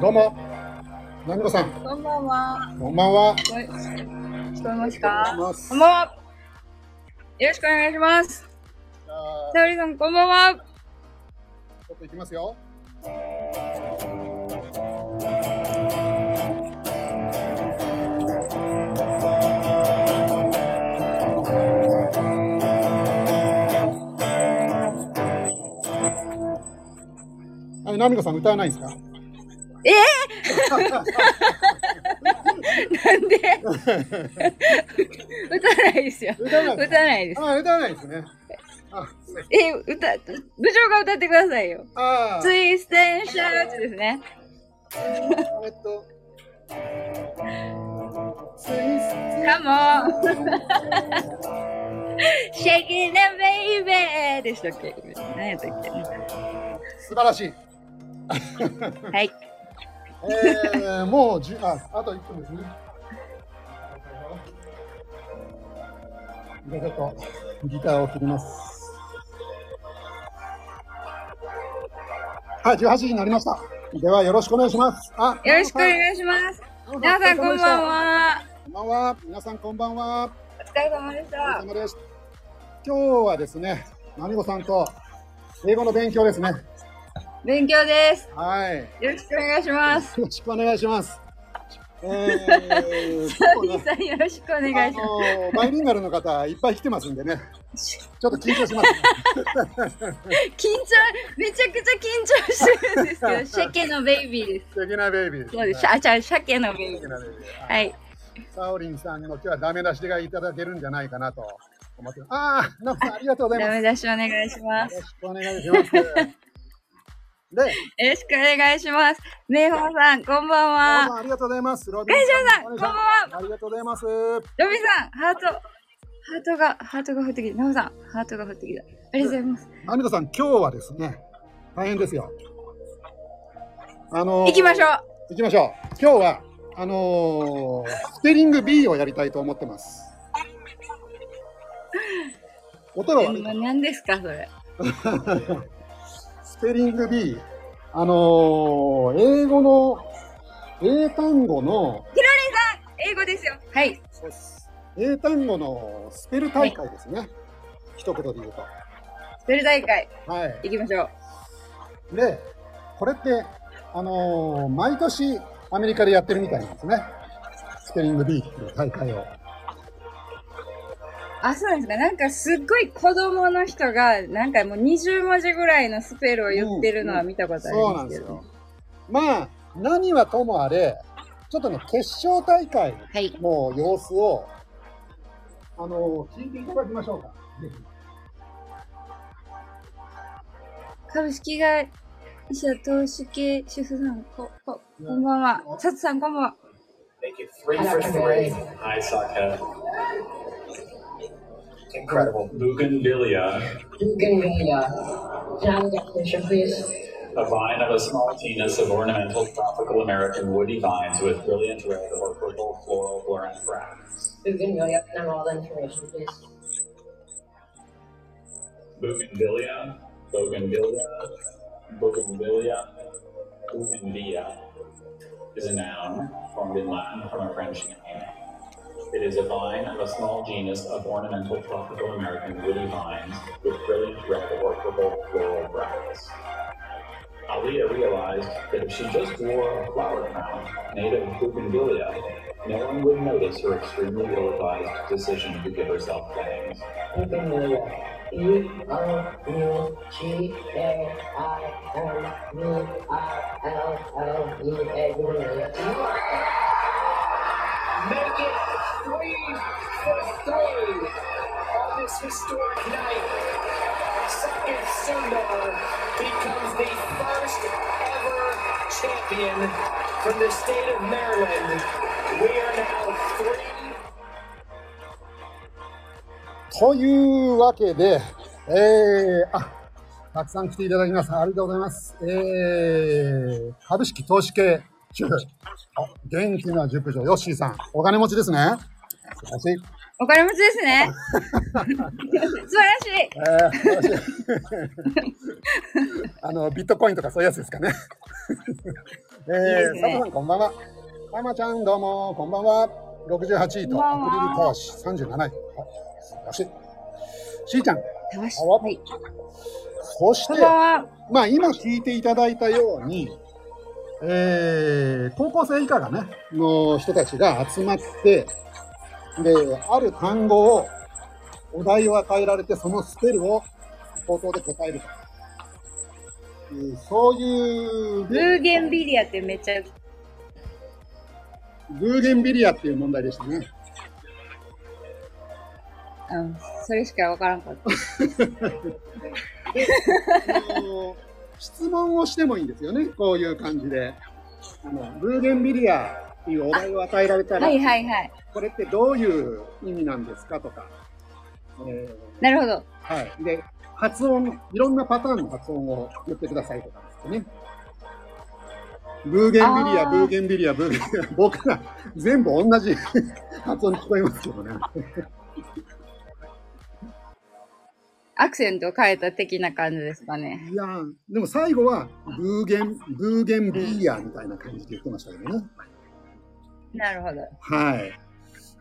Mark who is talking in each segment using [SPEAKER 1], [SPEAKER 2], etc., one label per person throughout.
[SPEAKER 1] どうも。なみこさん、
[SPEAKER 2] こんばんは。
[SPEAKER 1] こんばんは。
[SPEAKER 2] 聞こえ聞こえます
[SPEAKER 1] 聞
[SPEAKER 2] か
[SPEAKER 1] こえます
[SPEAKER 2] こんばんは。よろしくお願いします。
[SPEAKER 1] じゃあ
[SPEAKER 2] サオリさん、こんばんは。
[SPEAKER 1] ちょっといきますよ。はい、ナミコさん歌わないんですか。
[SPEAKER 2] えー、なん で歌わないですよ。
[SPEAKER 1] 歌わない
[SPEAKER 2] 歌わないです。
[SPEAKER 1] あ、歌わないですね。あ、
[SPEAKER 2] え、歌、部長が歌ってくださいよ。
[SPEAKER 1] あ
[SPEAKER 2] ツイステンシャーチですね。
[SPEAKER 1] ー、えっと。ツイス
[SPEAKER 2] カ モンシェキネベイベーでしたっけ何やったっけ
[SPEAKER 1] 素晴らしい。
[SPEAKER 2] はい。
[SPEAKER 1] えー、もうじゅああと1分ですね。じゃあちょっとギターを切ります。はい、18時になりました。ではよろしくお願いします。あ、
[SPEAKER 2] よろしくお願いします。皆さん、こんばん。は。
[SPEAKER 1] こんばんは。皆さんこんばんは。
[SPEAKER 2] お疲れ様でし
[SPEAKER 1] お疲
[SPEAKER 2] た
[SPEAKER 1] れ。様です。今日はですね、マミゴさんと英語の勉強ですね。
[SPEAKER 2] 勉強です。
[SPEAKER 1] はい。
[SPEAKER 2] よろしくお願いします。
[SPEAKER 1] よろしくお願いします。え ー、結構ね
[SPEAKER 2] さん、よろしくお願い
[SPEAKER 1] あ
[SPEAKER 2] し
[SPEAKER 1] のーバイリンガルの方いっぱい来てますんでね、
[SPEAKER 2] ます。
[SPEAKER 1] ちょっと緊張します、ね。
[SPEAKER 2] 緊張、めちゃくちゃ緊張してるんですけど、 鮭のベイビーです。
[SPEAKER 1] 素敵なベイビー。
[SPEAKER 2] そうです。
[SPEAKER 1] はい
[SPEAKER 2] あ、じゃあ、鮭のベイビ
[SPEAKER 1] 素敵
[SPEAKER 2] ー。
[SPEAKER 1] なベイビー。
[SPEAKER 2] はい。
[SPEAKER 1] サオリンさんの今日はダメ出しがいただけるんじゃないかなと思ってます。ああ、ナムさんありがとうござい
[SPEAKER 2] ダ
[SPEAKER 1] ま。
[SPEAKER 2] メ出しお願いします す。
[SPEAKER 1] よろしくお願いします。で、
[SPEAKER 2] よろしくお願いします。明宝さん、こんば
[SPEAKER 1] ナ
[SPEAKER 2] ん
[SPEAKER 1] ム
[SPEAKER 2] は
[SPEAKER 1] さ。んありがとうございます。ロビ
[SPEAKER 2] ガイ
[SPEAKER 1] ン
[SPEAKER 2] シャンさん、
[SPEAKER 1] お
[SPEAKER 2] こん
[SPEAKER 1] 姉
[SPEAKER 2] ばんは。
[SPEAKER 1] ありがとうございます。
[SPEAKER 2] ロビンさん、ハート。ハートが、ハートが降ってきた。ナムさん、ハートが降ってきた。ありがとうございます。
[SPEAKER 1] アミコさん、今日はですね、大変ですよ。あのー
[SPEAKER 2] 行きましょう。
[SPEAKER 1] 行きましょう。今日は、あのースペリング B をやりたいと思ってます。音が悪い
[SPEAKER 2] 今、何ですか、それ。
[SPEAKER 1] スペリング B。あのー英語の、英単語の、
[SPEAKER 2] 英語ですよ。はい。
[SPEAKER 1] 英単語のスペル大会ですね。一言で言うと。
[SPEAKER 2] スペル大会、
[SPEAKER 1] はい。
[SPEAKER 2] 行きましょう。
[SPEAKER 1] で、これって、あのー毎年アメリカでやってるみたいなんですね。スペリング B っていう大会を。
[SPEAKER 2] あ、そうなんですか。なんかすっごい子供の人が、なんかもう20文字ぐらいのスペルを言ってるのは見たことあり
[SPEAKER 1] そうな
[SPEAKER 2] ま
[SPEAKER 1] ん
[SPEAKER 2] す
[SPEAKER 1] で
[SPEAKER 2] け
[SPEAKER 1] す
[SPEAKER 2] ど。
[SPEAKER 1] よ。まあ、何はともあれ、ちょっとね、決勝大会
[SPEAKER 2] はい。
[SPEAKER 1] の様子を、あの、聞いていただきましょうか。ぜひ
[SPEAKER 2] 株式会社投資系主婦さん、こ、こ、こんばんは。サツさん、こんばんは。
[SPEAKER 3] Make it three for three. Hi, Saka.
[SPEAKER 4] Incredible.
[SPEAKER 3] Bougainvillea,
[SPEAKER 4] Bougainvillea, flower decoration, please.
[SPEAKER 3] a vine of a small genus of ornamental tropical American woody vines with brilliant red or purple floral blooms bracts.
[SPEAKER 4] Bougainvillea, and all the information, please.
[SPEAKER 3] Bougainvillea, Bougainvillea, Bougainvillea, Bougainvillea is a noun formed in Latin from a French name. It is a vine of a small genus of ornamental tropical American woody vines with brilliant red or purple floral bracts. Alia realized that if she just wore a flower crown made of bougainvillea, no one would notice her extremely ill-advised decision to give herself bangs.
[SPEAKER 4] Bougainvillea. B O U G A I N V I L L E A Bougainvillea.
[SPEAKER 5] Make it three for three on this historic night. Second Sundar becomes the first ever champion from the state of Maryland. We are now three.
[SPEAKER 1] というわけで、えー、あ、たくさん来ていただきます。ありがとうございます。えー、株式投資系主婦。あ元気な塾女、ヨッシーさん。お金持ちですね。素晴らしい。
[SPEAKER 2] お金持ちですね。 素
[SPEAKER 1] え
[SPEAKER 2] 晴らしい。
[SPEAKER 1] ー素晴らしいあのビットコインとかそういうやつですかね。
[SPEAKER 6] い
[SPEAKER 1] え
[SPEAKER 6] いです
[SPEAKER 1] ー、
[SPEAKER 6] ね
[SPEAKER 1] 佐藤さん、こんばんは。ママちゃん、どうも、こんばんは。68位、
[SPEAKER 2] ことんばんは
[SPEAKER 1] アクリル投資37位。あ素晴らしい。しーちゃん、
[SPEAKER 2] たわし。
[SPEAKER 1] あわ
[SPEAKER 2] はい。
[SPEAKER 1] そして
[SPEAKER 2] こん、ばんは。
[SPEAKER 1] まあ今聞いていただいたように、えー高校生以下がね、の人たちが集まって、で、ある単語を、お題を与えられて、そのスペルを口頭で答えると。うんそういう、
[SPEAKER 2] ブーゲンビリアってめっちゃ、
[SPEAKER 1] ブーゲンビリアっていう問題でしたね。
[SPEAKER 2] うん、それしかわからんかった。
[SPEAKER 1] あの質問をしてもいいんですよね、こういう感じで。あのブーゲンビリアっていうお題を与えられたら、
[SPEAKER 2] はいはいはい。
[SPEAKER 1] これってどういう意味なんですかとか、え
[SPEAKER 2] なるほど。
[SPEAKER 1] ーはい。で、発音、いろんなパターンの発音を言ってくださいとかですね。ブーゲンビリア、
[SPEAKER 2] あー
[SPEAKER 1] ブーゲンビリア、ブーゲンビリア。僕ら全部同じ 発音に聞こえますけどね。
[SPEAKER 2] アクセントを変えた的な感じですかね。
[SPEAKER 1] いやーでも最後は、ブーゲン、ブーゲンビリアみたいな感じで言ってましたけどね。
[SPEAKER 2] なるほど。
[SPEAKER 1] はい。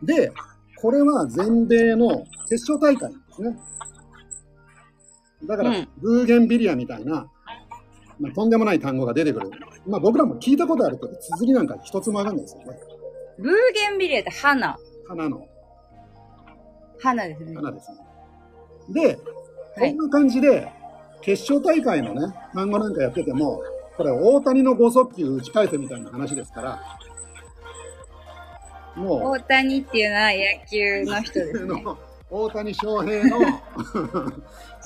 [SPEAKER 1] で、これは全米の決勝大会なんですね。だから、
[SPEAKER 2] うん
[SPEAKER 1] ブーゲンビリアみたいな、まあ、とんでもない単語が出てくる。まあ僕らも聞いたことあるけど、綴りなんか一つもわかんないですよね。
[SPEAKER 2] ブーゲンビリアって花。
[SPEAKER 1] 花の、
[SPEAKER 2] 花ですね。
[SPEAKER 1] 花ですね。で、
[SPEAKER 2] は
[SPEAKER 1] こ
[SPEAKER 2] い
[SPEAKER 1] んな感じで、決勝大会のね、単語なんかやってても、これ大谷の5速球打ち返せみたいな話ですから、もう、
[SPEAKER 2] 大谷っていうのは野球の人です ね。
[SPEAKER 1] の 大谷翔平の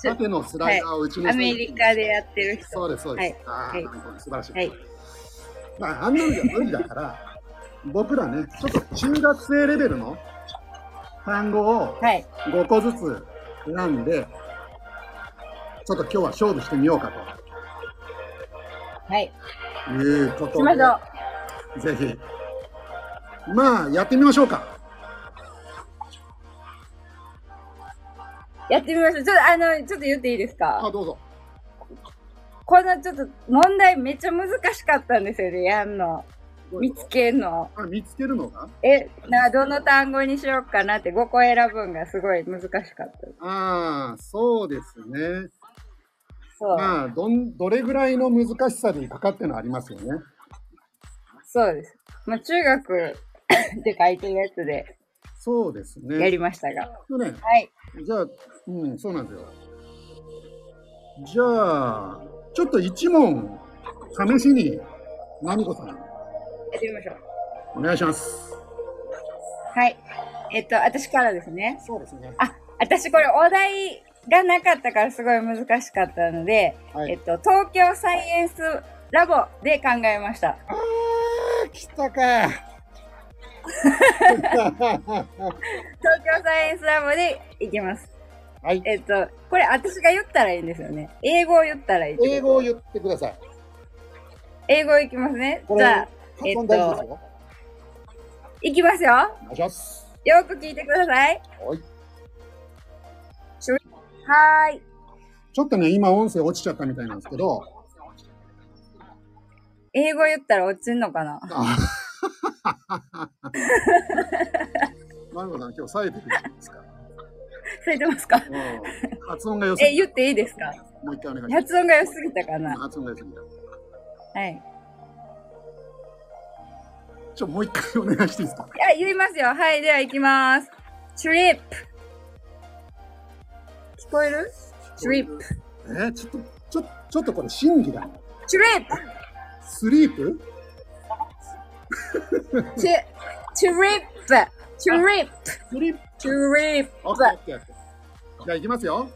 [SPEAKER 1] 縦のスライダーを打ち抜いた
[SPEAKER 2] アメリカでやってる人。
[SPEAKER 1] そうですそうです、ああ
[SPEAKER 2] はい
[SPEAKER 1] ー、素晴らしい、
[SPEAKER 2] はい
[SPEAKER 1] まあ、あんなのじゃ無理だから僕らねちょっと中学生レベルの単語を
[SPEAKER 2] はい。
[SPEAKER 1] 5個ずつ選んでちょっと今日は勝負してみようか
[SPEAKER 2] はい。
[SPEAKER 1] というこ
[SPEAKER 2] しましょ
[SPEAKER 1] とでぜひまあやってみましょうか
[SPEAKER 2] う。やってみましょう。ちょっと、あの、ちょっと言っていいです
[SPEAKER 1] あ
[SPEAKER 2] か
[SPEAKER 1] どうぞ
[SPEAKER 2] このちょっと問題めっちゃ難しかったんですよね、やんの。見つけんの。
[SPEAKER 1] あ見つけるのが
[SPEAKER 2] え、な、どの単語にしようかなって5個選ぶんがすごい難しかった。
[SPEAKER 1] ああそうですね
[SPEAKER 2] そう。
[SPEAKER 1] まあどんどれぐらいの難しさでいくかっていうのはありますよね。
[SPEAKER 2] そうです。まあ、中学で書いてるやつで
[SPEAKER 1] そうですね。
[SPEAKER 2] やりましたが。
[SPEAKER 1] ね
[SPEAKER 2] はい。
[SPEAKER 1] じゃあ、うん、そうなんですよ。じゃあ、ちょっと一問、試しに、ナミコさん、
[SPEAKER 2] やってみましょう。
[SPEAKER 1] お願いします。
[SPEAKER 2] はい。えっと、私からですね。
[SPEAKER 1] そうですね。
[SPEAKER 2] あ、私これお題がなかったからすごい難しかったので、
[SPEAKER 1] はい
[SPEAKER 2] えっと、東京サイエンスラボで考えました。
[SPEAKER 1] あー、来た か。
[SPEAKER 2] 東京サイエンスラボでいきます。
[SPEAKER 1] はい。
[SPEAKER 2] えっと、これ私が言ったらいいんですよね。英語を言ったらいいってこと。
[SPEAKER 1] 英語を言ってください。
[SPEAKER 2] 英語いきますね。
[SPEAKER 1] こ
[SPEAKER 2] じ
[SPEAKER 1] れ、
[SPEAKER 2] ゃあ
[SPEAKER 1] 発、音大事ですよ。
[SPEAKER 2] いきますよ。
[SPEAKER 1] お願いします。
[SPEAKER 2] よく聞いてください。
[SPEAKER 1] はい。
[SPEAKER 2] はーい。
[SPEAKER 1] ちょっとね、今音声落ちちゃったみたいなんですけど、
[SPEAKER 2] 英語言ったら落ちんのか な
[SPEAKER 1] あマルコさん、今日冴えてるじゃないですか。
[SPEAKER 2] それてますか
[SPEAKER 1] うん発音が良す
[SPEAKER 2] え、
[SPEAKER 1] ぎ
[SPEAKER 2] 言
[SPEAKER 1] た。
[SPEAKER 2] っていいですか
[SPEAKER 1] もう一回お願いします。
[SPEAKER 2] 発音が良すぎたかな
[SPEAKER 1] 発音が良すぎた。
[SPEAKER 2] はい。
[SPEAKER 1] ちょ、もう一回お願いしていいですか。
[SPEAKER 2] いや、言いますよ。はい、では行きます。チリップ。聞こえるチリップ。
[SPEAKER 1] えーちょっと、ちょ、ちょっとこれ審議だな。
[SPEAKER 2] チリッ
[SPEAKER 1] スリープ
[SPEAKER 2] プチ、チリップチリップ
[SPEAKER 1] スリープ
[SPEAKER 2] チリッ
[SPEAKER 1] オッ
[SPEAKER 2] プ
[SPEAKER 1] ケーオッケーオッケーじゃあ、いきますよ。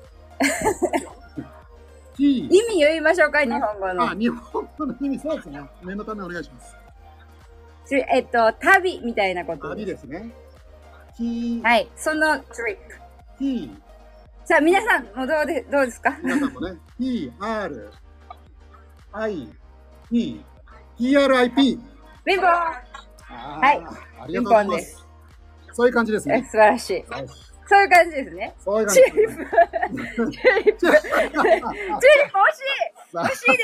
[SPEAKER 1] T
[SPEAKER 2] 意味言いましょうか日本語
[SPEAKER 1] あ、
[SPEAKER 2] の。
[SPEAKER 1] 日本語の意味、そうですね。念のためお願いします。
[SPEAKER 2] チえっと、旅みたいなこと。
[SPEAKER 1] 旅ですね。T、
[SPEAKER 2] はい。そのチリップ。
[SPEAKER 1] T、
[SPEAKER 2] さあ、皆さんもどうで、どうです か
[SPEAKER 1] 皆さんもね、T、R、I、P、T、R、I、P。
[SPEAKER 2] 貧乏。
[SPEAKER 1] はいありがとうございます。そういう感じです
[SPEAKER 2] え
[SPEAKER 1] ね。
[SPEAKER 2] 素晴らしい。
[SPEAKER 1] はい
[SPEAKER 2] そういう感じですね。
[SPEAKER 1] そういう感
[SPEAKER 2] チ
[SPEAKER 1] じ
[SPEAKER 2] ューリップ、 チューリップ、チューリップ惜しい惜しい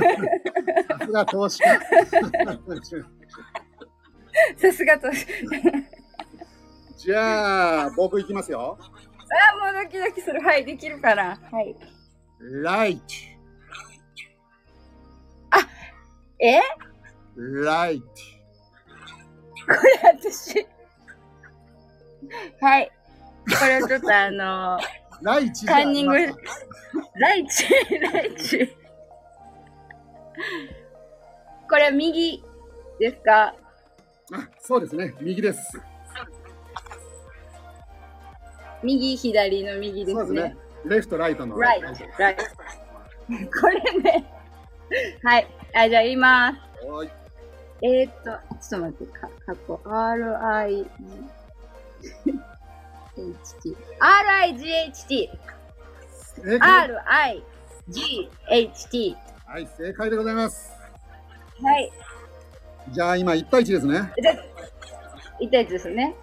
[SPEAKER 2] です。
[SPEAKER 1] さすが投資家。
[SPEAKER 2] さす がと。あ
[SPEAKER 1] じゃあ、僕いきますよ。
[SPEAKER 2] ー、もうドキドキする。はい、できるかな。はい。
[SPEAKER 1] light,
[SPEAKER 2] え
[SPEAKER 1] light,
[SPEAKER 2] 私。はい。これはちょっとあのー、
[SPEAKER 1] ライチじゃあ
[SPEAKER 2] カンニング、ライチ、ライチ。これは右ですか
[SPEAKER 1] あそうですね、右です。
[SPEAKER 2] 右、左の右で
[SPEAKER 1] そうですすね
[SPEAKER 2] ね。。
[SPEAKER 1] レフト、ライトの。
[SPEAKER 2] ライト、ライト。 これね。はい。あ、じゃあ言います。
[SPEAKER 1] はい。
[SPEAKER 2] えー、っと、ちょっと待って、か、過去、RIGHT。RIGHT。
[SPEAKER 1] 正解。
[SPEAKER 2] RIGHT。
[SPEAKER 1] はい、正解でございます。
[SPEAKER 2] はい。
[SPEAKER 1] じゃあ、今、1対1ですね。
[SPEAKER 2] じゃあ、一対一ですよね。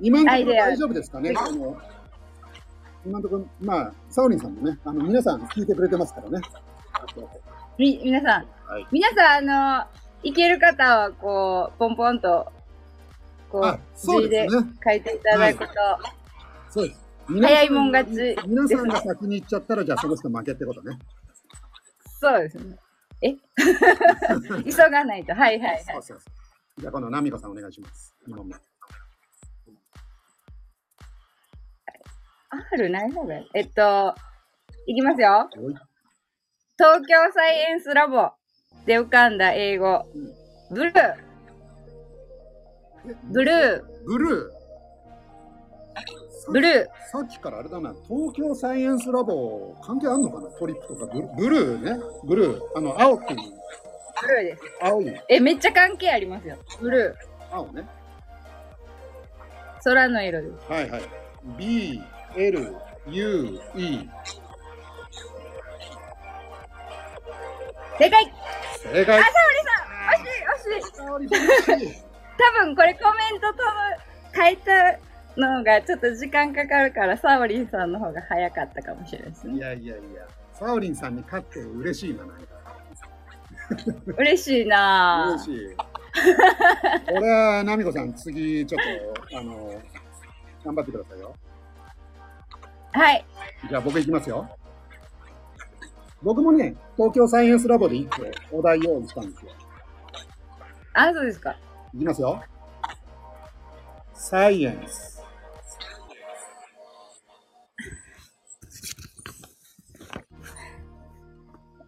[SPEAKER 1] 今のところ
[SPEAKER 2] アイデア
[SPEAKER 1] 大丈夫ですかね。あの今のところ、まあ、サオリンさんもね、あの皆さん聞いてくれてますからね。
[SPEAKER 2] み、皆さん。
[SPEAKER 1] はい
[SPEAKER 2] 皆さん、あの、行ける方は、こう、ポンポンと、こ
[SPEAKER 1] あ
[SPEAKER 2] う、
[SPEAKER 1] そう
[SPEAKER 2] 字
[SPEAKER 1] で
[SPEAKER 2] です
[SPEAKER 1] ね
[SPEAKER 2] 書いていただくと、
[SPEAKER 1] そうです。
[SPEAKER 2] 早いもん勝ちですね
[SPEAKER 1] 皆さんが先に行っちゃったら、じゃあその人負けってことね。
[SPEAKER 2] そうですね。え 急がないと。はいはい
[SPEAKER 1] そ
[SPEAKER 2] は
[SPEAKER 1] うそうそう。じゃあ、このナミコさんお願いします。二問目。
[SPEAKER 2] い。R ない方がいい。えっと、いきますよ。
[SPEAKER 1] おい
[SPEAKER 2] 東京サイエンスラボで浮かんだ英語
[SPEAKER 1] うん。
[SPEAKER 2] ブルー。ブルー、
[SPEAKER 1] ブルー。
[SPEAKER 2] ブルー。
[SPEAKER 1] さっきからあれだな、東京サイエンスラボ、関係あんのかなトリップとかブル、ブルーね。ブルー。あの、青っていう、
[SPEAKER 2] ブルーです。
[SPEAKER 1] 青い、
[SPEAKER 2] え、めっちゃ関係ありますよ。ブル
[SPEAKER 1] 青ね。
[SPEAKER 2] ー。空の色です。
[SPEAKER 1] はいはい。B、L、U、E。
[SPEAKER 2] 正解
[SPEAKER 1] 正解。
[SPEAKER 2] 惜しい惜しい多分これコメントと書いたのがちょっと時間かかるからサオリンさんの方が早かったかもしれないです
[SPEAKER 1] い
[SPEAKER 2] ね。
[SPEAKER 1] やいやいや、サオリンさんに勝って嬉しいな、なんか。
[SPEAKER 2] 嬉しいな
[SPEAKER 1] 嬉し
[SPEAKER 2] ぁ。
[SPEAKER 1] い。これは、ナミコさん、次、ちょっと、あの、頑張ってくださいよ。
[SPEAKER 2] はい。
[SPEAKER 1] じゃあ僕いきますよ。僕もね、東京サイエンスラボで一個お題用意したんですよ。
[SPEAKER 2] あ、そうですか。
[SPEAKER 1] いきますよ。サイエンス。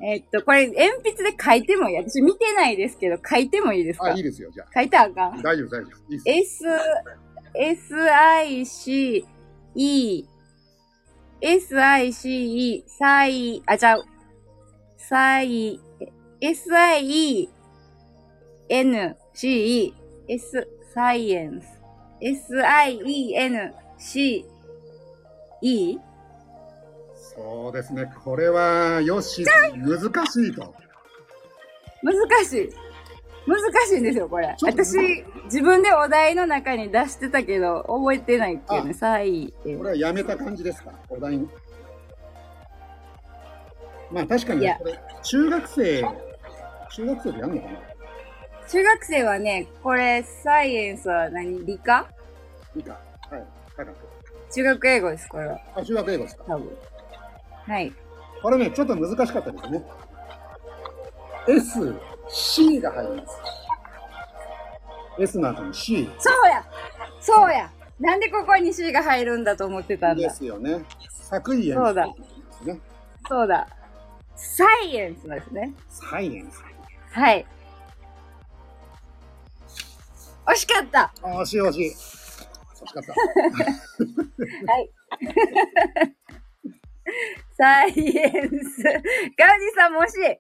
[SPEAKER 2] えっと、これ鉛筆で書いてもいい。私見てないですけど、書いてもいいです
[SPEAKER 1] あ、
[SPEAKER 2] か
[SPEAKER 1] いいですよ、じゃあ。
[SPEAKER 2] 書いたらあかん。
[SPEAKER 1] 大丈夫、大丈夫。いいっす
[SPEAKER 2] S、SICE、SICE、サイ、あ、ちゃう。サイ、SIE、NCE、S、サイエンス。SIENCE。
[SPEAKER 1] そうですね、これは、よし、難しいと。
[SPEAKER 2] 難しい。難しいんですよ、これ。
[SPEAKER 1] ちょっと
[SPEAKER 2] 私、自分でお題の中に出してたけど、覚えてないっていうね、
[SPEAKER 1] あ
[SPEAKER 2] サイ。
[SPEAKER 1] これはやめた感じですか、お題に。まあ、確かに
[SPEAKER 2] いや
[SPEAKER 1] ね、これ、中学生、中学生でやるのかな
[SPEAKER 2] 中学生はね、これ、サイエンスは何理科
[SPEAKER 1] いいか。はい、高く。
[SPEAKER 2] 中学英語です、これは。
[SPEAKER 1] あ、中学英語ですか。
[SPEAKER 2] 多分。はい。
[SPEAKER 1] これね、ちょっと難しかったですね。S、C が入ります。S の後に C
[SPEAKER 2] そうやそうやなんでここに C が入るんだと思ってたん
[SPEAKER 1] で
[SPEAKER 2] だ。
[SPEAKER 1] すよね。作為演
[SPEAKER 2] そうだ
[SPEAKER 1] ですね。
[SPEAKER 2] そうだ。サイエンスなんですね。
[SPEAKER 1] サイエンス。
[SPEAKER 2] はい。惜しかった
[SPEAKER 1] あー、惜しい惜しい。惜しかった。
[SPEAKER 2] はい。 サイエンス。ガウディさんも惜しい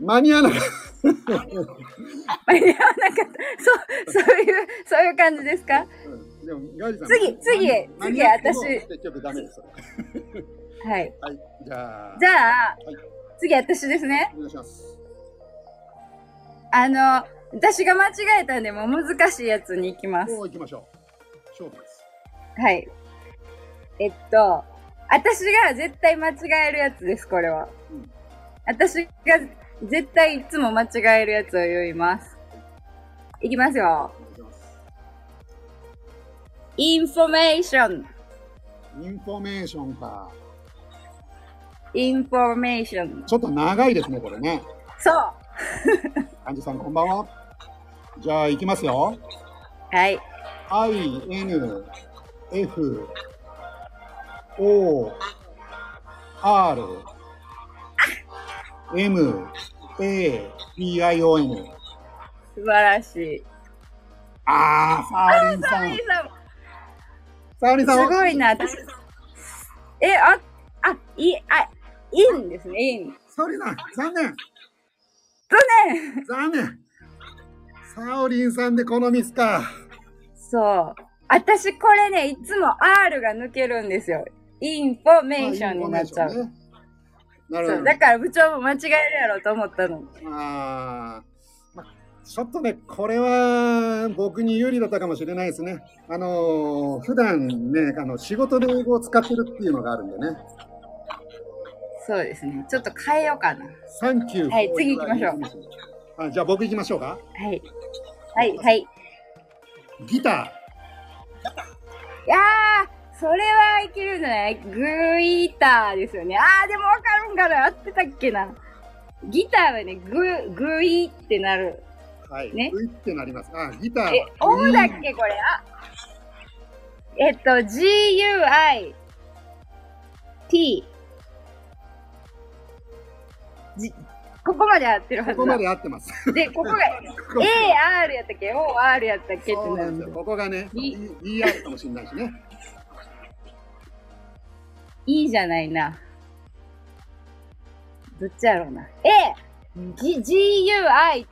[SPEAKER 1] 間に合わなかっ
[SPEAKER 2] 間に合わなかった。そう、そういう、そういう感じですか
[SPEAKER 1] た。うんでも、ガジさん。
[SPEAKER 2] 次次
[SPEAKER 1] 間に
[SPEAKER 2] 次
[SPEAKER 1] 間に合っても
[SPEAKER 2] 私
[SPEAKER 1] 結局ダメです。それは
[SPEAKER 2] はい。
[SPEAKER 1] い、じゃあ。
[SPEAKER 2] じゃあ
[SPEAKER 1] はい、
[SPEAKER 2] 次私ですね。
[SPEAKER 1] お願いします。
[SPEAKER 2] あの、私が間違えたんで、もう難しいやつに行きます。
[SPEAKER 1] もう行きましょう。勝負です。
[SPEAKER 2] はい。えっと、私が絶対間違えるやつです、これは。私が絶対いつも間違えるやつを言います。いきますよ。インフォメーション。
[SPEAKER 1] インフォメーションか。
[SPEAKER 2] インフォメーション。
[SPEAKER 1] ちょっと長いですね、これね。
[SPEAKER 2] そう。
[SPEAKER 1] アンジュさん、こんばんは。じゃあ、いきますよ。
[SPEAKER 2] はい。
[SPEAKER 1] I, N, F, O, R, M, A, P, I, O, N。
[SPEAKER 2] 素晴らしい。
[SPEAKER 1] あー、サーリン
[SPEAKER 2] サ
[SPEAKER 1] さ
[SPEAKER 2] ーリ
[SPEAKER 1] ん
[SPEAKER 2] ー。さん。
[SPEAKER 1] サーリンさん、
[SPEAKER 2] すごいな。私え、あ、あ、い、あ、インですね、イン。
[SPEAKER 1] サーリンさん、残念。
[SPEAKER 2] 残念
[SPEAKER 1] 残念。サオリンさんでこのミスか。
[SPEAKER 2] そう。私、これね、いつも R が抜けるんですよ。インフォメーションになっちゃう。
[SPEAKER 1] ね。なる
[SPEAKER 2] そ
[SPEAKER 1] ほど
[SPEAKER 2] うだ。から部長も間違えるやろうと思ったの。
[SPEAKER 1] あーまあ、ちょっとね、これは僕に有利だったかもしれないですね。あのー普段ね、あの仕事で英語を使ってるっていうのがあるんでね。
[SPEAKER 2] そうですね。ちょっと変えようかな。
[SPEAKER 1] サンキュー。
[SPEAKER 2] はい次行きましょう
[SPEAKER 1] う。あじゃあ僕行きましょうか。
[SPEAKER 2] はい。はい、はい。い
[SPEAKER 1] ギタ
[SPEAKER 2] やー、それはいけるんじゃないグイターですよね。あー、でもわかるんかな合ってたっけな。ギターはね、グ、グイってなる。
[SPEAKER 1] ー。はい。
[SPEAKER 2] ね
[SPEAKER 1] グイってなります。あ、ギターは。
[SPEAKER 2] え、オムだっ
[SPEAKER 1] うん
[SPEAKER 2] けこれ。あえっと、GUI。T。じここまで合ってるはず
[SPEAKER 1] ここまで合ってます。
[SPEAKER 2] だ。で、ここが
[SPEAKER 1] こ
[SPEAKER 2] AR やったっけ ?OR やったっけって
[SPEAKER 1] そうな
[SPEAKER 2] なる
[SPEAKER 1] ん
[SPEAKER 2] ん
[SPEAKER 1] です
[SPEAKER 2] だ
[SPEAKER 1] よ。ここがね、
[SPEAKER 2] い
[SPEAKER 1] ER かもしれないしね。
[SPEAKER 2] いいじゃないな。どっちやろうな。A! G-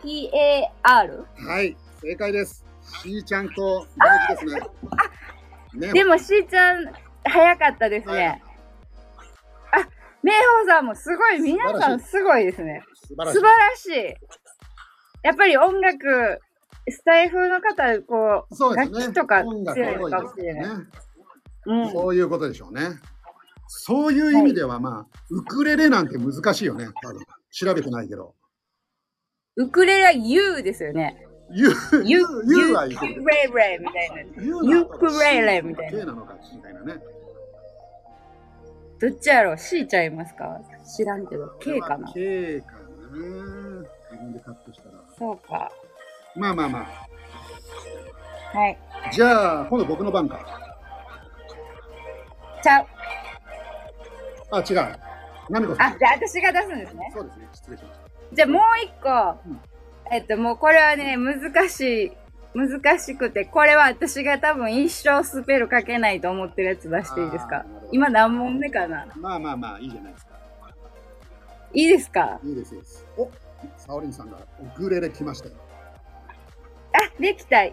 [SPEAKER 2] GUITAR?
[SPEAKER 1] はい、正解です。しーちゃんと大事ですね。
[SPEAKER 2] で
[SPEAKER 1] ね、
[SPEAKER 2] も、しーちゃん、早かったです
[SPEAKER 1] はい
[SPEAKER 2] ね。あ、明宝さんもすごい、皆さんすごいですね。
[SPEAKER 1] 素
[SPEAKER 2] 素
[SPEAKER 1] 晴らし
[SPEAKER 2] 晴
[SPEAKER 1] い。
[SPEAKER 2] らしい。やっぱり音楽、スタイフの方、こう、
[SPEAKER 1] そうです
[SPEAKER 2] 楽
[SPEAKER 1] ね。
[SPEAKER 2] 器とか
[SPEAKER 1] 音楽
[SPEAKER 2] 強いの
[SPEAKER 1] が
[SPEAKER 2] か
[SPEAKER 1] 多
[SPEAKER 2] も
[SPEAKER 1] い
[SPEAKER 2] し
[SPEAKER 1] で
[SPEAKER 2] れ
[SPEAKER 1] す
[SPEAKER 2] ない。
[SPEAKER 1] ね。
[SPEAKER 2] うん、そう
[SPEAKER 1] そういうことでしょうね。そういう意味では、まあ、ウクレレなんて難しいよね。多分調べてないけど。
[SPEAKER 2] ウクレレは U ですよね。
[SPEAKER 1] ゆ、ゆ
[SPEAKER 2] U、
[SPEAKER 1] ゆ
[SPEAKER 2] ユ
[SPEAKER 1] は
[SPEAKER 2] ウ
[SPEAKER 1] 言ってる
[SPEAKER 2] クレレみたいな。
[SPEAKER 1] ゆ
[SPEAKER 2] ユクレレみたいな
[SPEAKER 1] なのか。みたいなね。
[SPEAKER 2] どっちやろう ?C ちゃいますか知らんけど。K かな
[SPEAKER 1] K かな。自分でカットしたら。
[SPEAKER 2] そうか。
[SPEAKER 1] まあまあまあ。
[SPEAKER 2] はい。
[SPEAKER 1] じゃあ、今度僕の番か。
[SPEAKER 2] ちゃう。
[SPEAKER 1] あ、違う。ナミコさ
[SPEAKER 2] あ、
[SPEAKER 1] ん。
[SPEAKER 2] じゃあ私が出すんですね。
[SPEAKER 1] そうですね。失礼しました。
[SPEAKER 2] じゃあもう一個
[SPEAKER 1] うん。
[SPEAKER 2] えっと、もうこれはね、難しい。難しくて、これは私が多分一生スペルかけないと思ってるやつ出していいです
[SPEAKER 1] あ
[SPEAKER 2] か
[SPEAKER 1] ーなるほど
[SPEAKER 2] 今何問目かな
[SPEAKER 1] まあまあまあ、いいじゃないですか。
[SPEAKER 2] いいですか
[SPEAKER 1] いいです、いいです。おサオリンさんがウクレレ来ましたよ。
[SPEAKER 2] あ、できた。あ、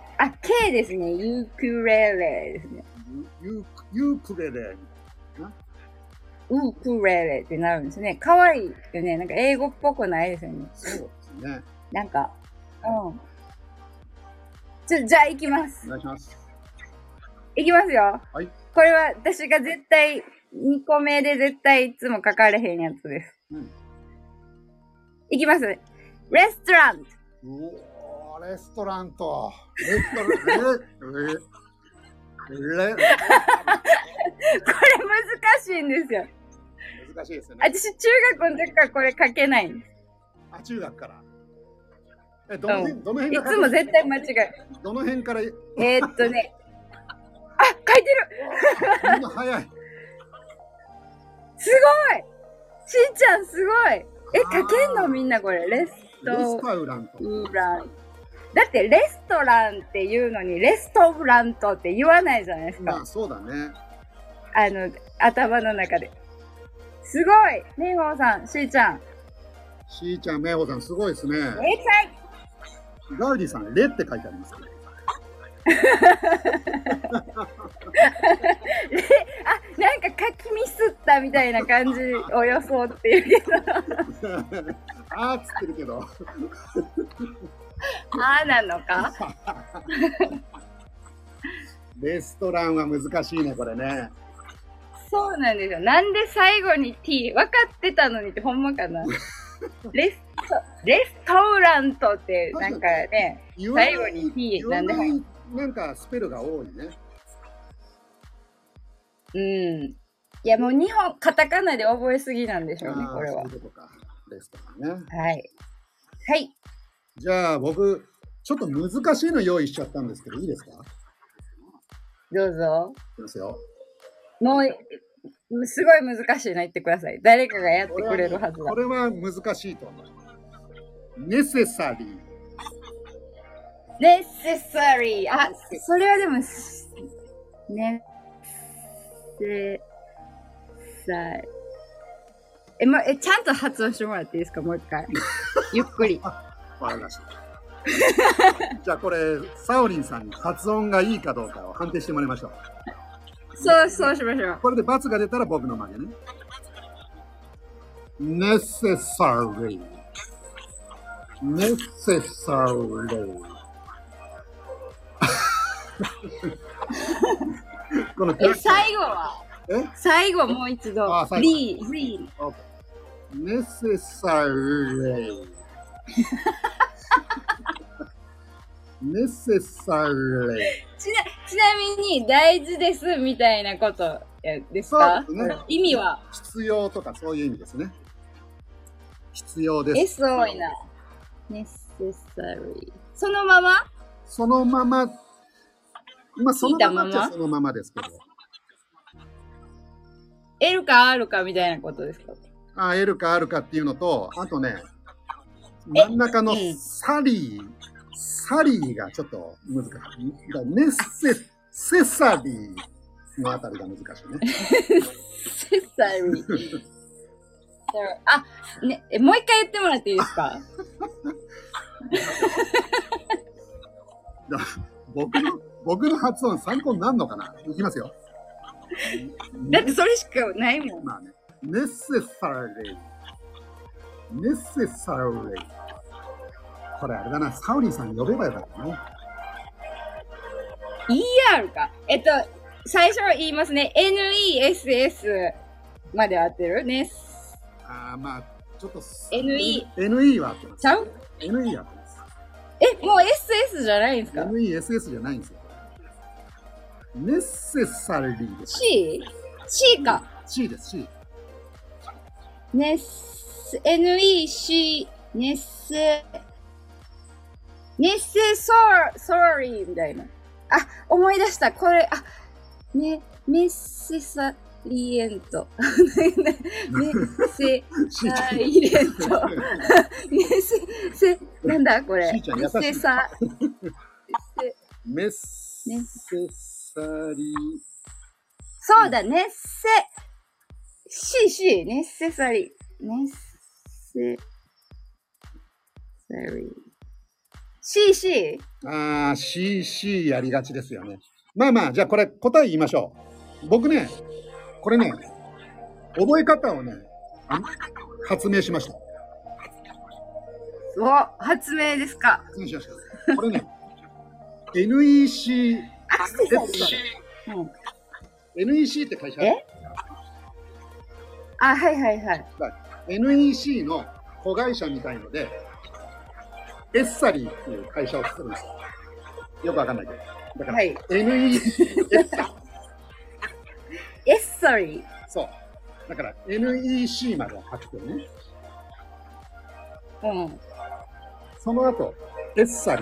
[SPEAKER 2] K ですね。ユクレレですね。
[SPEAKER 1] ユユークレレ。
[SPEAKER 2] ウクレレってなるんですね。可愛いよね。なんか英語っぽくないですよね。
[SPEAKER 1] そうですね。
[SPEAKER 2] なんか、うん。ちょ、じゃあ行きます
[SPEAKER 1] お。願いします。
[SPEAKER 2] いきますよ。
[SPEAKER 1] はい
[SPEAKER 2] これは私が絶対、2個目で絶対いつも書かれへんやつです。
[SPEAKER 1] うん
[SPEAKER 2] いきます。レストラン
[SPEAKER 1] おーレストランと。レストラン。レレレ
[SPEAKER 2] これ難しいんですよ。
[SPEAKER 1] 難しいですよね。
[SPEAKER 2] 私、中学の時からこれ書けないんです。
[SPEAKER 1] あ、中学から。え、どの辺、どの辺
[SPEAKER 2] い
[SPEAKER 1] が
[SPEAKER 2] つも絶対間違え。
[SPEAKER 1] どの辺から、みん
[SPEAKER 2] えーっとね。あ、書いてる
[SPEAKER 1] な 早い。
[SPEAKER 2] すごいしーちゃんすごいえ、書けん
[SPEAKER 1] あー
[SPEAKER 2] のみんなこれ。レス
[SPEAKER 1] レス
[SPEAKER 2] ト
[SPEAKER 1] タウランと。
[SPEAKER 2] ラン。だって、レストランっていうのに、レストラントって言わないじゃないですか
[SPEAKER 1] まあ、。そうだね。
[SPEAKER 2] あの、頭の中で。すごいみほさん、しーちゃん。
[SPEAKER 1] しーちゃん、めいほさん、すごいですね。
[SPEAKER 2] 英才
[SPEAKER 1] ガウディさん、レって書いてありますけど。
[SPEAKER 2] あ、なんか書きミスったみたいな感じを装っているけど。
[SPEAKER 1] あーっつってるけど。
[SPEAKER 2] ああなのか
[SPEAKER 1] レストランは難しいね、これね。
[SPEAKER 2] そうなんですよ。なんで最後に t、分かってたのにってほんまかな。レスト、レストラントって、なんかね、
[SPEAKER 1] 言
[SPEAKER 2] 最後に T
[SPEAKER 1] 言わな
[SPEAKER 2] ないん
[SPEAKER 1] なんかスペルが多いね。
[SPEAKER 2] うん。いや、もう日本、カタカナで覚えすぎなんでしょうね
[SPEAKER 1] あ、ー
[SPEAKER 2] これは
[SPEAKER 1] そう。いうことか。レストランね。
[SPEAKER 2] はい。はい。
[SPEAKER 1] じゃあ僕、ちょっと難しいの用意しちゃったんですけど、いいですかい
[SPEAKER 2] どうぞ。
[SPEAKER 1] きますよ。
[SPEAKER 2] もう、すごい難しいの言ってください。誰かがやってくれるはずだ
[SPEAKER 1] こ。れは難しいと思う。ネセサリー。
[SPEAKER 2] necessary. あ、それはでも、すね、で、さえ、ま、え、ちゃんと発音してもらっていいですかもう一回。ゆっくり。
[SPEAKER 1] わかりま した。じゃあこれ、サオリンさんに発音がいいかどうかを判定してもらいましょう。
[SPEAKER 2] そう、そうしましょう。
[SPEAKER 1] これで罰が出たら僕の負けね。necessary necessary この
[SPEAKER 2] え、最後は
[SPEAKER 1] え
[SPEAKER 2] 最後もう一度
[SPEAKER 1] あ。最後
[SPEAKER 2] re, re.
[SPEAKER 1] necessary necessary
[SPEAKER 2] ちな、ちなみに、大事ですみたいなことえですか
[SPEAKER 1] そうですね
[SPEAKER 2] 意味は
[SPEAKER 1] 必要とかそういう意味ですね必要です
[SPEAKER 2] え、すごいな。necessary. そのまま
[SPEAKER 1] そのまま、まあ、そのままっち
[SPEAKER 2] 聞いた
[SPEAKER 1] ゃ
[SPEAKER 2] まま
[SPEAKER 1] そのままですけど、
[SPEAKER 2] L か R かみたいなことですか
[SPEAKER 1] あ、L か R かっていうのと、あとね、真ん中の
[SPEAKER 2] うん
[SPEAKER 1] サリー、サリーがちょっと難しい。だからネッセ、セサリーのあたりが難しいね。
[SPEAKER 2] セサリー。あ、ね、えもう一回言ってもらっていいですか
[SPEAKER 1] 僕の、僕の発音参考になるのかないきますよ。
[SPEAKER 2] だってそれしかないもん。
[SPEAKER 1] まあね、ネッセサリー。ネッセサリー。これあれだな、サウリーさん呼べばよかったね。
[SPEAKER 2] ER か。えっと、最初は言いますね。NESS まで合ってるね。
[SPEAKER 1] あーまあ、ちょっとす。
[SPEAKER 2] NE
[SPEAKER 1] NE は合ってます
[SPEAKER 2] ち。ゃう
[SPEAKER 1] NE は合ってます。
[SPEAKER 2] え、もう SS じゃないんですか
[SPEAKER 1] NESS じゃないんですよ。ネッセサリーです。
[SPEAKER 2] ?C?C か。
[SPEAKER 1] C です、C。
[SPEAKER 2] ネス、NEC、ネッセ、ネッセソー、ソーリーみたいな。あ、思い出した。これ、あ、ね、メッセサリエント。メッセ
[SPEAKER 1] C ちゃ
[SPEAKER 2] サ
[SPEAKER 1] ん。
[SPEAKER 2] リエント。メッセ、セ、なんだこれ。
[SPEAKER 1] しーちゃん
[SPEAKER 2] メ
[SPEAKER 1] 優
[SPEAKER 2] ッ
[SPEAKER 1] しい
[SPEAKER 2] セサ、
[SPEAKER 1] メッセサリー。
[SPEAKER 2] そうだ、ネッセ、C、C、ネッセサリー。ネッセ、サリー。C、C?
[SPEAKER 1] あー、CC やりがちですよね。まあまあ、じゃあこれ答え言いましょう。僕ね、これね、覚え方をね、あ発明しました。
[SPEAKER 2] お、発明ですか。
[SPEAKER 1] 発明しました。これね、NEC
[SPEAKER 2] アクセサリー。うん、
[SPEAKER 1] NEC って会社
[SPEAKER 2] えあ、はいはいはい。
[SPEAKER 1] NEC の子会社みたいのでエッサリーっていう会社を作るんですよよくわかんないけどだから、
[SPEAKER 2] はい
[SPEAKER 1] NEC エッサリー
[SPEAKER 2] エッサリー。
[SPEAKER 1] そうだから NEC までは書くけどね
[SPEAKER 2] うん。
[SPEAKER 1] その後エッサ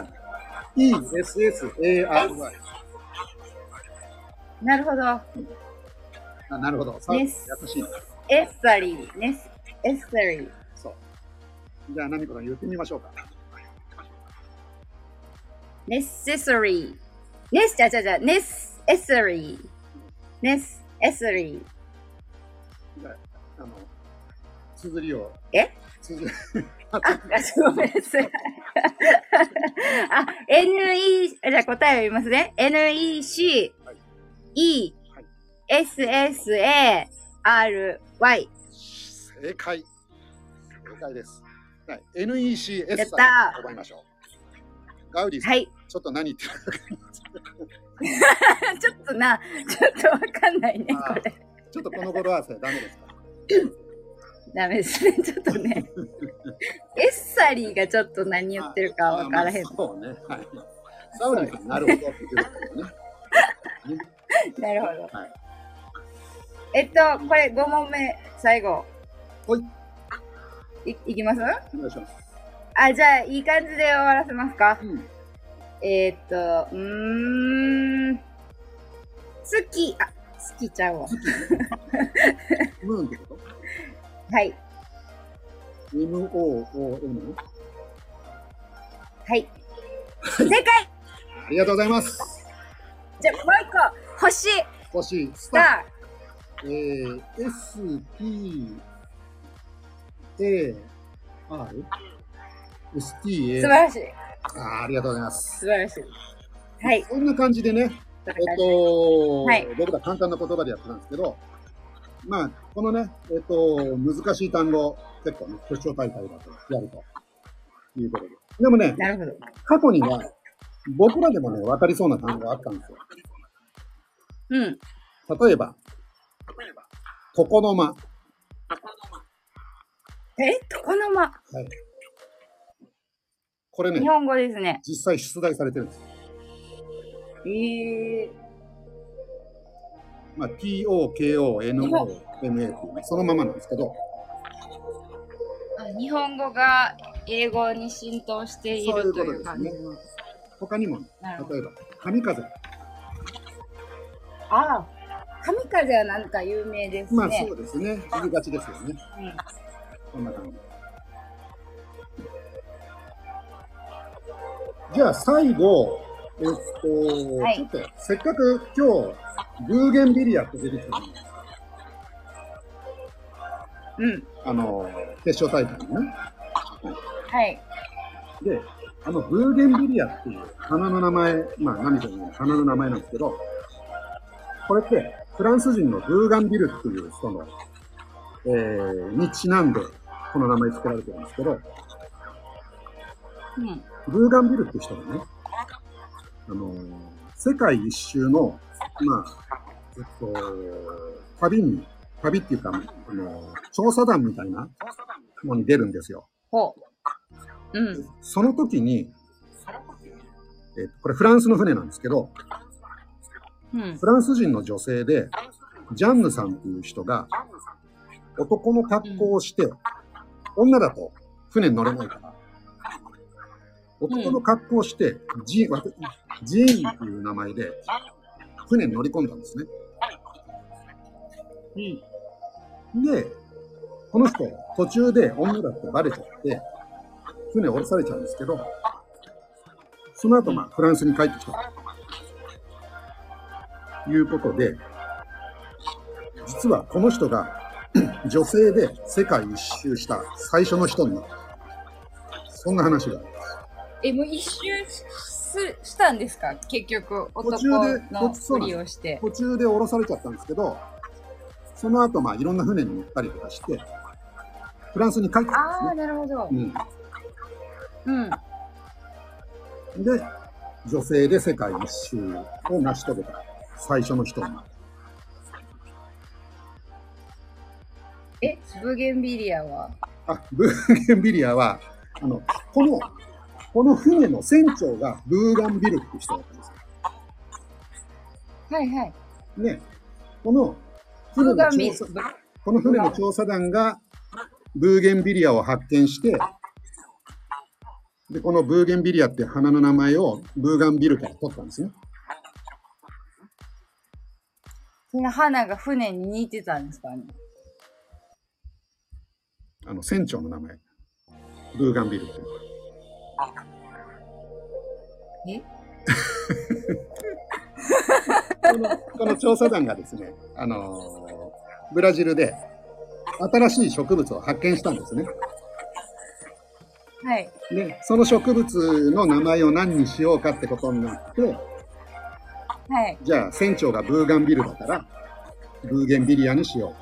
[SPEAKER 1] リー ESSARY
[SPEAKER 2] なるほど。
[SPEAKER 1] あなるほどさ
[SPEAKER 2] Yes
[SPEAKER 1] 優しい
[SPEAKER 2] エッサリー。ね、エッサリー。
[SPEAKER 1] そうじゃあ何か言ってみましょうか
[SPEAKER 2] ネッセサリー。ネス、じゃじゃじゃ、ネス、エッサリー。ネス、エッサリー。
[SPEAKER 1] あの綴りを
[SPEAKER 2] え
[SPEAKER 1] 綴り
[SPEAKER 2] あ、ごめんなさい。あ、NE、じゃあ答えを言いますね。NEC、E、SSA、RY。
[SPEAKER 1] 正解。正解です。はい、NECS
[SPEAKER 2] やっ
[SPEAKER 1] さ
[SPEAKER 2] た
[SPEAKER 1] ん覚えましょう。ガウディさん、
[SPEAKER 2] はい。
[SPEAKER 1] ちょっと何言ってるか分かんない
[SPEAKER 2] ちょっとな、ちょっとわかんないね、
[SPEAKER 1] あー
[SPEAKER 2] これ。
[SPEAKER 1] ちちょっとこの頃はそれダメです か
[SPEAKER 2] ダメですね、ちょっとね。エッサリーがちょっと何言ってるかわからへん
[SPEAKER 1] あ。まあそうね。はい。サウリーさん、なるほどっていうことでね。
[SPEAKER 2] なるほど。
[SPEAKER 1] はい
[SPEAKER 2] えっと、これ5問目、最後。
[SPEAKER 1] ほい。
[SPEAKER 2] い、いきます
[SPEAKER 1] お願いします。
[SPEAKER 2] あ、じゃあ、いい感じで終わらせますか。
[SPEAKER 1] うん。
[SPEAKER 2] えっと、うーん。好き、あ、好きちゃうわ。
[SPEAKER 1] ムーンってこと
[SPEAKER 2] はい、
[SPEAKER 1] ?M-O-O-N?
[SPEAKER 2] はい。正解
[SPEAKER 1] ありがとうございます。
[SPEAKER 2] じゃあ、もう一個、星、
[SPEAKER 1] 欲しい。ス
[SPEAKER 2] ス
[SPEAKER 1] ター。
[SPEAKER 2] タ
[SPEAKER 1] えー、S, P, A, R? S, T,
[SPEAKER 2] ー。
[SPEAKER 1] A.
[SPEAKER 2] 素晴らしい。
[SPEAKER 1] あーありがとうございます。
[SPEAKER 2] 素晴らしい。はい。
[SPEAKER 1] こんな感じでね、えっと、
[SPEAKER 2] はい
[SPEAKER 1] 僕ら簡単な言葉でやってたんですけど、まあ、このね、えっと、難しい単語、結構ね、決勝大会だとやると。いうことで。でもね、
[SPEAKER 2] なるほど。
[SPEAKER 1] 過去には、僕らでもね、分かりそうな単語があったんですよ。
[SPEAKER 2] うん。
[SPEAKER 1] 例えば、床の間。
[SPEAKER 2] え、床の間。
[SPEAKER 1] これね
[SPEAKER 2] 日、本語ですね。
[SPEAKER 1] 実際出題されてるんです。
[SPEAKER 2] ええ
[SPEAKER 1] まあ、TOKONOMA っていうね、そのままなんですけど、
[SPEAKER 2] 日本語が英語に浸透してい
[SPEAKER 1] そうい
[SPEAKER 2] る
[SPEAKER 1] うこ
[SPEAKER 2] とい
[SPEAKER 1] と
[SPEAKER 2] う
[SPEAKER 1] です
[SPEAKER 2] 感じ
[SPEAKER 1] ね。他にも、ね、
[SPEAKER 2] なるほど。
[SPEAKER 1] 例えば、神風。
[SPEAKER 2] ああ、神風はなんか有名ですね。
[SPEAKER 1] まあ、そうですね。言いがちですよね。
[SPEAKER 2] うん
[SPEAKER 1] こんな感じ。じゃあ、最後、えっと、
[SPEAKER 2] はい
[SPEAKER 1] ちょっと、せっかく今日、グーゲンビリアって出てきたの
[SPEAKER 2] うん。
[SPEAKER 1] あの、決勝大会のね。
[SPEAKER 2] はい。
[SPEAKER 1] で、あのブーゲンビリアっていう花の名前、まあ何かの花の名前なんですけど、これってフランス人のブーガンビルっていう人の、えーにちなんでこの名前付けられてるんですけど、
[SPEAKER 2] うん。
[SPEAKER 1] ブーガンビルって人がね、あのー世界一周の、まあ、えっと、旅に、旅っていうか、あのー調査団みたいなのに出るんですよ。
[SPEAKER 2] ほう。うん。
[SPEAKER 1] その時に、えっとこれフランスの船なんですけど、
[SPEAKER 2] うん。
[SPEAKER 1] フランス人の女性で、ジャンヌさんっていう人が、男の格好をして、女だと船に乗れないから、男の格好をして、ジーンわたジーンっていう名前で、船に乗り込んだんですね。で、この人、途中で女だってバレちゃって、船降ろされちゃうんですけど、その後、まあ、フランスに帰ってきたということで、実はこの人が 女性で世界一周した最初の人になる。そんな話がある。
[SPEAKER 2] え、もう一周すしたんですか結局、
[SPEAKER 1] 途
[SPEAKER 2] 男
[SPEAKER 1] 中で
[SPEAKER 2] の
[SPEAKER 1] 途そうなんで
[SPEAKER 2] ふ
[SPEAKER 1] す
[SPEAKER 2] りをして。
[SPEAKER 1] 途中で降ろされちゃったんですけど、その後、まあ、いろんな船に乗ったりとかして、フランスに帰ってきた
[SPEAKER 2] ああ、
[SPEAKER 1] ん
[SPEAKER 2] なるほど
[SPEAKER 1] で。すね。
[SPEAKER 2] うん。
[SPEAKER 1] うん、で、女性で世界一周を成し遂げた最初の人になる。
[SPEAKER 2] え、ブーゲンビリアは
[SPEAKER 1] あ、ブーゲンビリアは、あの、この、この船の船長がブーガンビルって人だったんです
[SPEAKER 2] はいはい。
[SPEAKER 1] よ。ね。この
[SPEAKER 2] ブ
[SPEAKER 1] 船
[SPEAKER 2] ー
[SPEAKER 1] の
[SPEAKER 2] ガンビ
[SPEAKER 1] 調
[SPEAKER 2] リ
[SPEAKER 1] 査、この船の調査団がブーゲンビリアを発見して、で、このブーゲンビリアっていう花の名前をブーガンビルから取ったんですね。
[SPEAKER 2] その花が船に似てたんですかね
[SPEAKER 1] あの、船長の名前。ブーガンビルっていう。
[SPEAKER 2] え
[SPEAKER 1] このこの調査団がですね、あのーブラジルで新しい植物を発見したんですね。
[SPEAKER 2] はい。
[SPEAKER 1] で、その植物の名前を何にしようかってことになって、
[SPEAKER 2] はい。
[SPEAKER 1] じゃあ船長がブーガンビルだから、ブーゲンビリアにしよ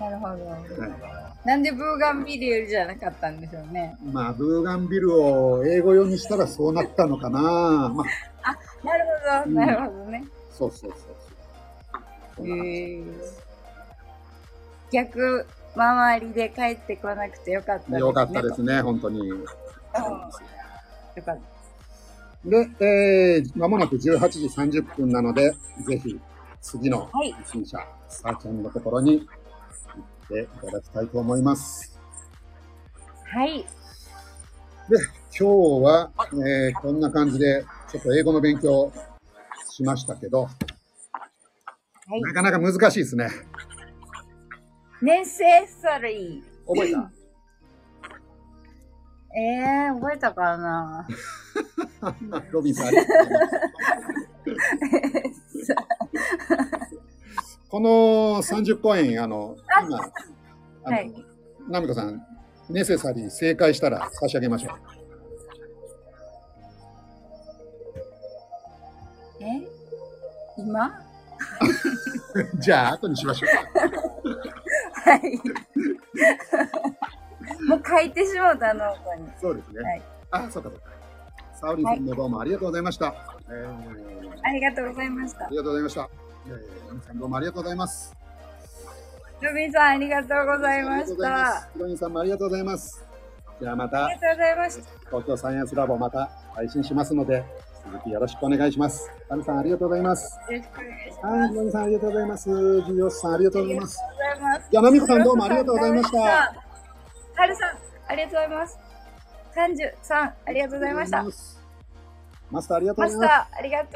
[SPEAKER 2] なるほど。
[SPEAKER 1] うと。はい
[SPEAKER 2] なんでブーガンビリアじゃなかったんでしょうね。
[SPEAKER 1] まあ、ブーガンビルを英語用にしたらそうなったのかな。まあ、
[SPEAKER 2] なるほど、
[SPEAKER 1] うん
[SPEAKER 2] なるほどね。
[SPEAKER 1] そうそうそうそう。
[SPEAKER 2] えー、逆周りで帰ってこなくてよかったです、ね。
[SPEAKER 1] よかったですね、本当に。
[SPEAKER 2] よかった。
[SPEAKER 1] で、えー、まもなく18時30分なので、ぜひ、次の
[SPEAKER 2] はい
[SPEAKER 1] 不審者、さーちゃんのところに行っていただきたいと思います。
[SPEAKER 2] はい。
[SPEAKER 1] 今日は、えーこんな感じで、ちょっと英語の勉強しましたけど、
[SPEAKER 2] はい
[SPEAKER 1] なかなか難しいですね。
[SPEAKER 2] necessary。
[SPEAKER 1] 覚えた
[SPEAKER 2] えー、覚えたかな
[SPEAKER 1] ロビンさん、ありがとうございます。この30公演、あの、今、あの、
[SPEAKER 2] はい
[SPEAKER 1] ナミコさん、ネセサリー正解したら差し上げましょう。
[SPEAKER 2] え今
[SPEAKER 1] じゃあ、後にしましょ
[SPEAKER 2] はい。もう書いてしもうた、ノートに
[SPEAKER 1] う。。そうですね。
[SPEAKER 2] はい
[SPEAKER 1] あ、そうかそうか。サオリンさんもどうもありがとうございました。えー
[SPEAKER 2] ありがとうございました
[SPEAKER 1] あ。りがとうございました。えー、皆さんどうもありがとうございます。
[SPEAKER 2] ロビンさん、ありがとうございました。あ
[SPEAKER 1] ヒロインさんもありがとうございます。じゃあまた
[SPEAKER 2] りがとうございました。
[SPEAKER 1] 東京サイエンスラボまた配信しますので、続きよろしくお願いします。アルさんありがとうございます。
[SPEAKER 2] よろしくお願いします。
[SPEAKER 1] はい、ヒロインさんありがとうございます。ジリオスさんありがとうございます。
[SPEAKER 2] ありがとうございます。
[SPEAKER 1] じゃあナミコさんどうもありがとうございました。
[SPEAKER 2] はるさん、ありがとうございます。三十三、ありがとうございました。
[SPEAKER 1] マスターありがとう
[SPEAKER 2] マ
[SPEAKER 1] ござい
[SPEAKER 2] ス
[SPEAKER 1] ます。
[SPEAKER 2] ター、ありがと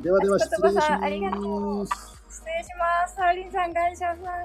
[SPEAKER 2] う。
[SPEAKER 1] ではでは失礼し
[SPEAKER 2] マスターありがと
[SPEAKER 1] ます。
[SPEAKER 2] 失礼します。サウリンさん、感謝さん。